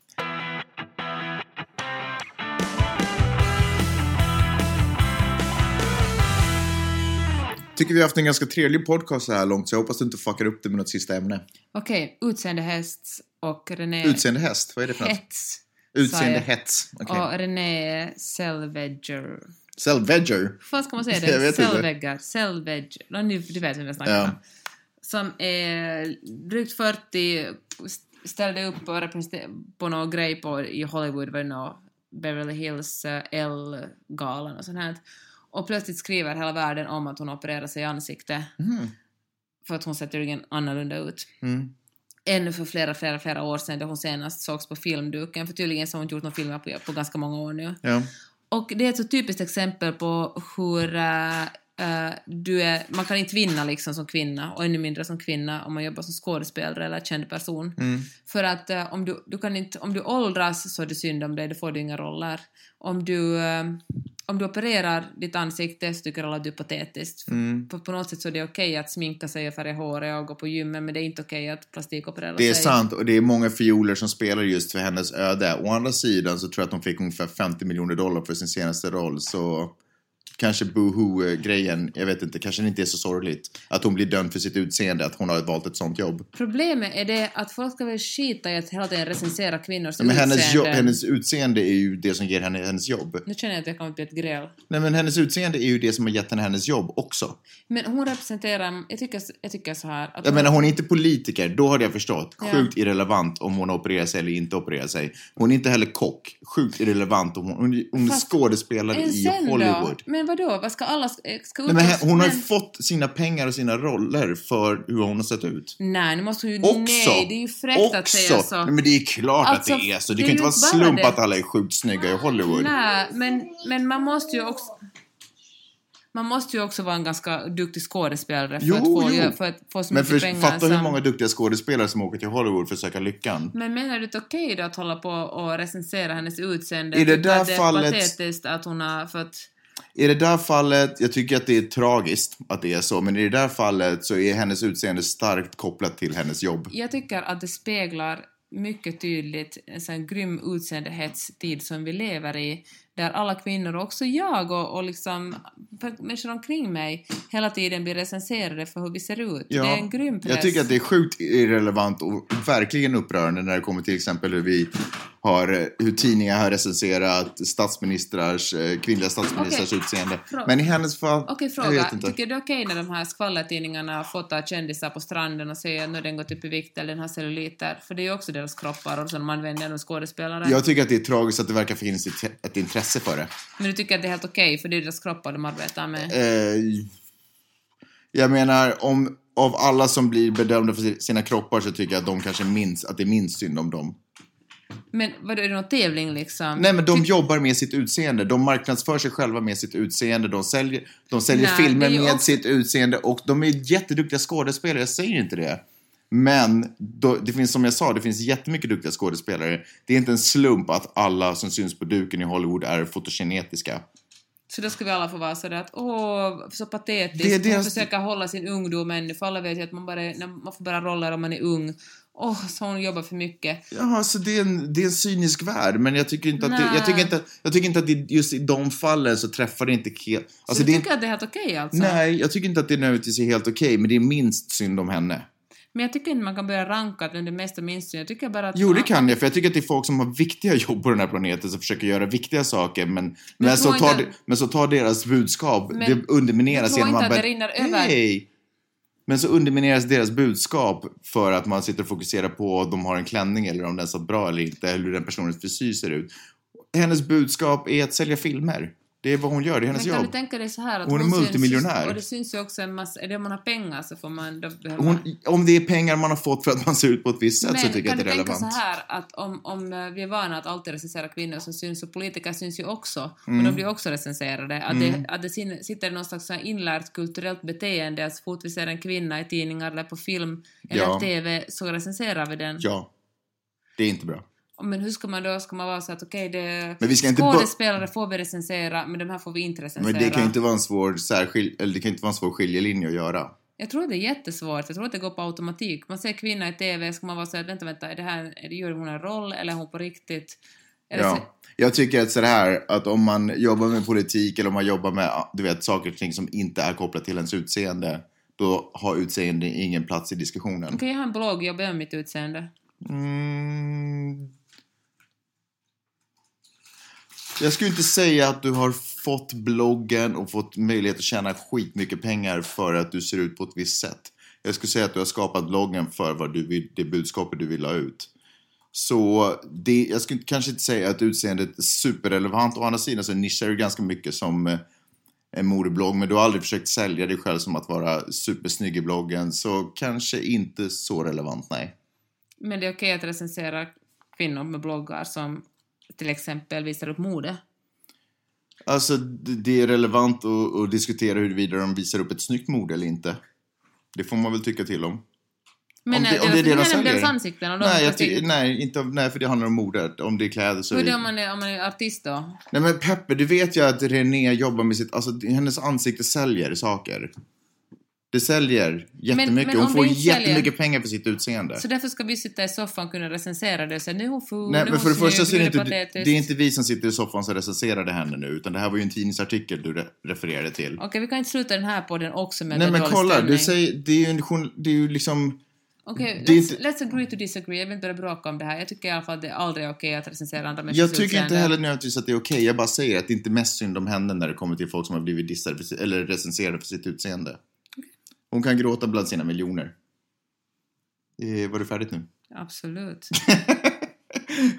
C: Tycker vi har haft en ganska trevlig podcast så här långt så jag hoppas du inte fuckar upp det med något sista ämne.
A: Okej, utseende häst och René
C: Utseende häst, vad är det för något?
A: Eh, Hets.
C: Utseende
A: sa jag.
C: hets. Okej.
A: Och René Selvager.
C: Selvedger.
A: Hur fan ska man säga
C: *laughs* Jag
A: det?
C: vet inte.
A: Selvager. Selvager. Nå, ni- Du vet vem jag snackar
C: Ja.
A: om. Som är drygt 40, st- ställde upp och representerade på någon grej på, i Hollywood, var det nå, Beverly Hills eh, L-galan och sånt här. Och plötsligt skriver hela världen om att hon opererar sig i ansiktet
C: Mm.
A: för att hon ser tydligen annorlunda ut.
C: Mm.
A: ännu för flera, flera, flera år sedan då hon senast sågs på filmduken. För tydligen så har hon inte gjort några filmer på, på ganska många år nu.
C: Ja.
A: Och det är ett så typiskt exempel på hur eh, eh, du är, man kan inte vinna liksom som kvinna och ännu mindre som kvinna om man jobbar som skådespelare eller känd person.
C: Mm.
A: För att eh, om, du, du kan inte, om du åldras så är det synd om dig, då får du inga roller. Om du, eh, om du opererar ditt ansikte så tycker alla att du är patetiskt.
C: Mm.
A: På, på något sätt så är det okej att sminka sig och färga håret och gå på gymmet men det är inte okej att plastikoperera
C: Det är
A: sig.
C: sant och det är många fioler som spelar just för hennes öde. Å andra sidan så tror jag att hon fick ungefär 50 miljoner dollar för sin senaste roll så kanske boohoo-grejen, jag vet inte, kanske det inte är så sorgligt att hon blir dömd för sitt utseende, att hon har valt ett sånt jobb.
A: Problemet är det att folk ska väl skita i att hela tiden recensera kvinnors
C: Men hennes, jo-
A: utseende.
C: hennes utseende är ju det som ger henne hennes jobb.
A: Nu känner jag att jag kommer att bli ett gräl.
C: Nej men hennes utseende är ju det som har gett henne hennes jobb också.
A: Men hon representerar... Jag tycker, jag tycker så här... Att
C: Jag menar hon är inte politiker, då hade jag förstått.
A: Ja.
C: Sjukt irrelevant om hon opererar sig eller inte opererar sig. Hon är inte heller kock. Sjukt irrelevant om hon... Hon, hon är
A: Fast-
C: skådespelare
A: Men
C: i
A: sen då?
C: Hollywood.
A: Men vadå? Vad ska alla... Ska, ska
C: Nej, men he- hon har ju
A: men-
C: fått sina pengar och sina roller för hur hon har sett ut.
A: Nej, nu måste hon ju...
C: Också!
A: Nej, det är ju fräckt
C: också.
A: att säga så.
C: Nej, men det är klart
A: Alltså,
C: att det är så. Det,
A: det
C: kan
A: är ju
C: inte vara
A: bara
C: slump
A: det.
C: att alla är sjukt snygga i Hollywood.
A: Nej, men, men man måste ju också... Man måste ju också vara en ganska duktig skådespelare för,
C: Jo,
A: att, få,
C: jo.
A: för att få så
C: men
A: mycket
C: för,
A: pengar alltså.
C: fatta hur
A: som-
C: många duktiga skådespelare som åker till Hollywood för att söka lyckan.
A: Men menar du att det är okej då att hålla på och recensera hennes utseende?
C: I det
A: Tycker
C: där
A: att det är
C: fallet-
A: patetiskt att hon har fått...
C: I det där fallet, jag tycker att det är tragiskt att det är så, men i det där fallet så är hennes utseende starkt kopplat till hennes jobb.
A: Jag tycker att det speglar mycket tydligt en sån grym utseendehets-tid som vi lever i, där alla kvinnor, och också jag och, och liksom människor omkring mig, hela tiden blir recenserade för hur vi ser ut.
C: Ja,
A: det är en grym press.
C: Jag tycker att det är sjukt irrelevant och verkligen upprörande när det kommer till exempel hur vi har, eh, hur tidningar har recenserat statsministrars, eh, kvinnliga statsministrars
A: Okej.
C: utseende.
A: Fråga.
C: Men i hennes fall,
A: Okej,
C: jag
A: fråga.
C: vet inte.
A: Tycker du det är okej när de här skvallertidningarna fotar kändisar på stranden och säger att nu har den gått upp i vikt eller den har celluliter? För det är ju också deras kroppar och som använder de skådespelare.
C: Jag tycker att det är tragiskt att det verkar finnas ett, ett intresse för det.
A: Men du tycker att det är helt okej för det är deras kroppar de arbetar med?
C: Eh, jag menar, om, av alla som blir bedömda för sina kroppar så tycker jag att de kanske minns, att det är minst synd om dem.
A: Men vadå, är det någon tävling liksom?
C: Nej men de jobbar med sitt utseende. De marknadsför sig själva med sitt utseende. De säljer, de säljer
A: Nej,
C: filmer
A: det är ju
C: med
A: också-
C: sitt utseende och de är jätteduktiga skådespelare, jag säger inte det. Men då, det finns som jag sa, det finns jättemycket duktiga skådespelare. Det är inte en slump att alla som syns på duken i Hollywood är fotogenetiska.
A: Så då skulle vi alla få vara sådär att åh, så patetiskt.
C: Det är
A: Man
C: deras-
A: försöker hålla sin ungdom ännu, för alla vet ju att man, bara, är- när man får bara roller om man är ung. Åh, så hon jobbar för mycket.
C: Ja, alltså det är, en, det är en cynisk värld, men jag tycker inte att, det,
A: Nej.
C: jag tycker inte, att- jag tycker inte att det, just i de fallen så träffar det inte helt...
A: Så
C: Alltså
A: du
C: det är,
A: tycker att det är helt okej alltså?
C: nej, jag tycker inte att det nödvändigtvis är helt okej, men det är minst synd om henne.
A: Men jag tycker inte man kan börja ranka att vem det mest och minst Jag tycker bara att...
C: Jo, det
A: man-
C: kan jag, för jag tycker att det är folk som har viktiga jobb på den här planeten som försöker göra viktiga saker, men, men, så,
A: tror
C: tar,
A: inte-
C: de- men så tar deras budskap,
A: Men
C: det undermineras
A: du tror
C: genom
A: inte att
C: att...
A: det
C: bara,
A: rinner över?
C: "Hej!" Men så undermineras deras budskap för att man sitter och fokuserar på om de har en klänning eller om den satt bra eller inte, eller hur den personens frisyr ser ut. Hennes budskap är att sälja filmer. Det är vad hon gör, det
A: Men
C: är hennes
A: kan du
C: jobb.
A: tänka dig så här att
C: Hon är
A: syns-
C: multimiljonär.
A: Och det syns ju också en massa... Är det om man har pengar så får man... Då behöver
C: Hon,
A: man-
C: om det är pengar man har fått för att man ser ut på ett visst sätt
A: Men
C: så tycker jag
A: kan
C: att det
A: du
C: är
A: tänka
C: relevant.
A: så här att om, om eh, vi är vana att alltid recensera kvinnor som syns, så politiker syns ju också,
C: Mm.
A: och de blir också recenserade. Att det, att det sin, sitter någon slags så här inlärt kulturellt beteende, att så fort vi ser en kvinna i tidningar eller på film eller
C: Ja.
A: TV så recenserar vi den.
C: Ja. Det är inte bra.
A: Men hur ska man då, ska man vara så att okej, det
C: Men vi ska inte bo-
A: skådespelare får vi recensera, men de här får vi inte recensera.
C: Men det kan ju inte vara en svår särskil... eller det kan inte vara en svår skiljelinje att göra.
A: Jag tror det är jättesvårt, jag tror att det går på automatik. Man ser kvinna i TV, ska man vara så här, vänta, vänta, är det här, är det, gör hon en roll eller är hon på riktigt? Eller
C: Ja.
A: så,
C: Jag tycker att så det här, att om man jobbar med politik eller om man jobbar med ja, du vet, saker och ting som inte är kopplat till ens utseende, då har utseende ingen plats i diskussionen.
A: Okej, jag har en blogg, jag ber om mitt utseende.
C: Mm. Jag skulle inte säga att du har fått bloggen och fått möjlighet att tjäna skitmycket pengar för att du ser ut på ett visst sätt. Jag skulle säga att du har skapat bloggen för vad du vill, det budskapet du vill ha ut. Så det, jag skulle kanske inte säga att utseendet är superrelevant. Å andra sidan så nischar du ganska mycket som eh, en modeblogg men du har aldrig försökt sälja dig själv som att vara supersnygg i bloggen. Så kanske inte så relevant, nej.
A: Men det är okej att recensera kvinnor med bloggar som till exempel visar upp mode.
C: Alltså, d- det är relevant att, att diskutera huruvida de visar upp ett snyggt mode eller inte. Det får man väl tycka till om.
A: Men
C: det-
A: eh,
C: om det är det de
A: men
C: säljer.
A: deras ansikten och de
C: Nej, jag
A: fast det-
C: ty- nej, inte, om- nej, för det handlar om modet. Om det är kläder så...
A: Hur är det
C: är-
A: om man är, om man är artist då?
C: Nej men Peppe, du vet ju att René jobbar med sitt... Alltså, det- hennes ansikte säljer saker. Det säljer jättemycket.
A: men om
C: Hon
A: det
C: får
A: inte säljer-
C: jättemycket pengar för sitt utseende.
A: Så därför ska vi sitta i soffan och kunna recensera det och säga nu är hon ful,
C: Nej,
A: nu
C: men
A: hon
C: för det första så är det,
A: snygg, nu
C: inte,
A: är
C: det
A: patetiskt.
C: är inte vi som sitter i soffan som recenserade henne nu, utan det här var ju en tidningsartikel du re- refererade till.
A: Okej, vi kan inte sluta den här podden också med
C: Nej
A: att det är
C: men
A: dålig
C: kolla, du
A: stämning.
C: säger, det är ju en journal- det är ju liksom...
A: Okej,
C: det är
A: let's,
C: inte-
A: let's agree to disagree. Jag vill inte börja bråka om det här. Jag tycker i alla fall att det är aldrig är okej att recensera andra människors
C: Jag tycker inte
A: utseende.
C: heller nödvändigtvis att det är okej. Jag bara säger att det är inte mest synd om henne när det kommer till folk som har blivit dissade för, si- eller recenserade för sitt utseende. Hon kan gråta bland sina miljoner. Eh, var du färdigt nu? *laughs*
A: Absolut.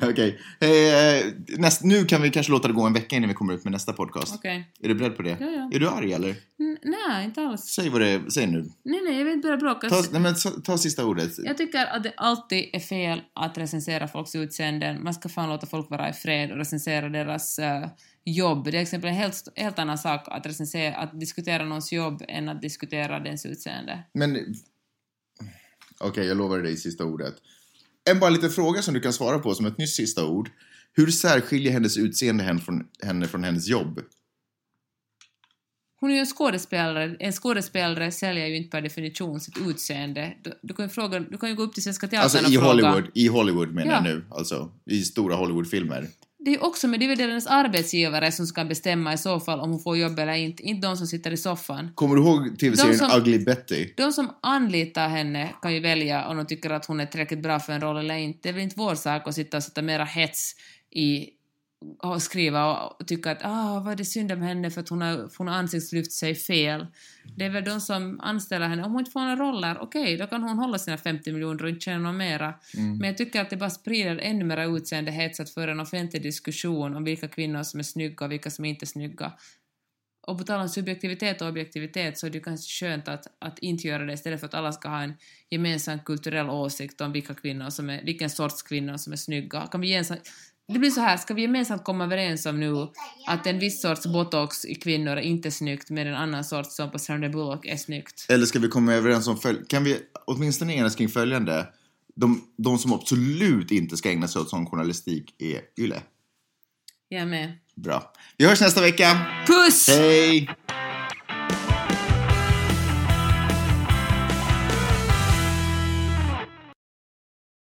C: okej. Eh, näst, nu kan vi kanske låta det gå en vecka innan vi kommer ut med nästa podcast.
A: Okej.
C: Är du beredd på det?
A: Ja, ja.
C: Är du arg eller?
A: N- Nej, inte alls.
C: Säg vad det är. Säg nu.
A: Nej, nej, jag vill inte börja bråka.
C: Ta, nej, men, ta- ta sista ordet.
A: Jag tycker att det alltid är fel att recensera folks utseenden. Man ska fan låta folk vara i fred och recensera deras eh, jobb. Det är till exempel en helt, helt annan sak att, recensera, att diskutera någons jobb än att diskutera dens utseende.
C: Men... Okej, jag lovar dig sista ordet. En bara liten fråga som du kan svara på som ett nytt sista ord. Hur särskiljer hennes utseende henne från, henne från hennes jobb?
A: Hon är ju en skådespelare. En skådespelare säljer ju inte per definition sitt utseende. Du, du, kan, ju fråga, du kan ju gå upp till Svenska Teatern
C: Alltså
A: och
C: i
A: fråga.
C: Hollywood, i Hollywood menar jag
A: Ja.
C: nu. Alltså i stora Hollywoodfilmer.
A: Det är ju också, men det är väl deras arbetsgivare som ska bestämma i så fall om hon får jobb eller inte. Inte de som sitter i soffan.
C: Kommer du ihåg tv-serien
A: De som-
C: Ugly Betty?
A: De som anlitar henne kan ju välja om de tycker att hon är tillräckligt bra för en roll eller inte. Det är väl inte vår sak att sitta och sätta mera hets i och skriva och tycka att ah, vad är det synd om henne för att hon har, för hon har ansiktslyft sig fel. Det är väl de som anställer henne. Om hon inte får några roller, okej, då kan hon hålla sina 50 miljoner och inte tjäna något mera. Men jag tycker att det bara sprider ännu mera utseendehets att föra en offentlig diskussion om vilka kvinnor som är snygga och vilka som inte är snygga. Och på tal om subjektivitet och objektivitet så är det ju kanske skönt att, att inte göra det istället för att alla ska ha en gemensam kulturell åsikt om vilka kvinnor som är, vilken sorts kvinnor som är snygga. Kan vi gemensam, det blir så här, ska vi gemensamt komma överens om nu att en viss sorts botox i kvinnor är inte snyggt medan en annan sorts som på Sandra Bullock är snyggt?
C: Eller ska vi komma överens om följ... Kan vi åtminstone enas kring följande? De, de som absolut inte ska ägna sig åt sån journalistik är YLE.
A: Jag är med. Bra. Vi hörs nästa vecka.
C: Puss!
A: Hej!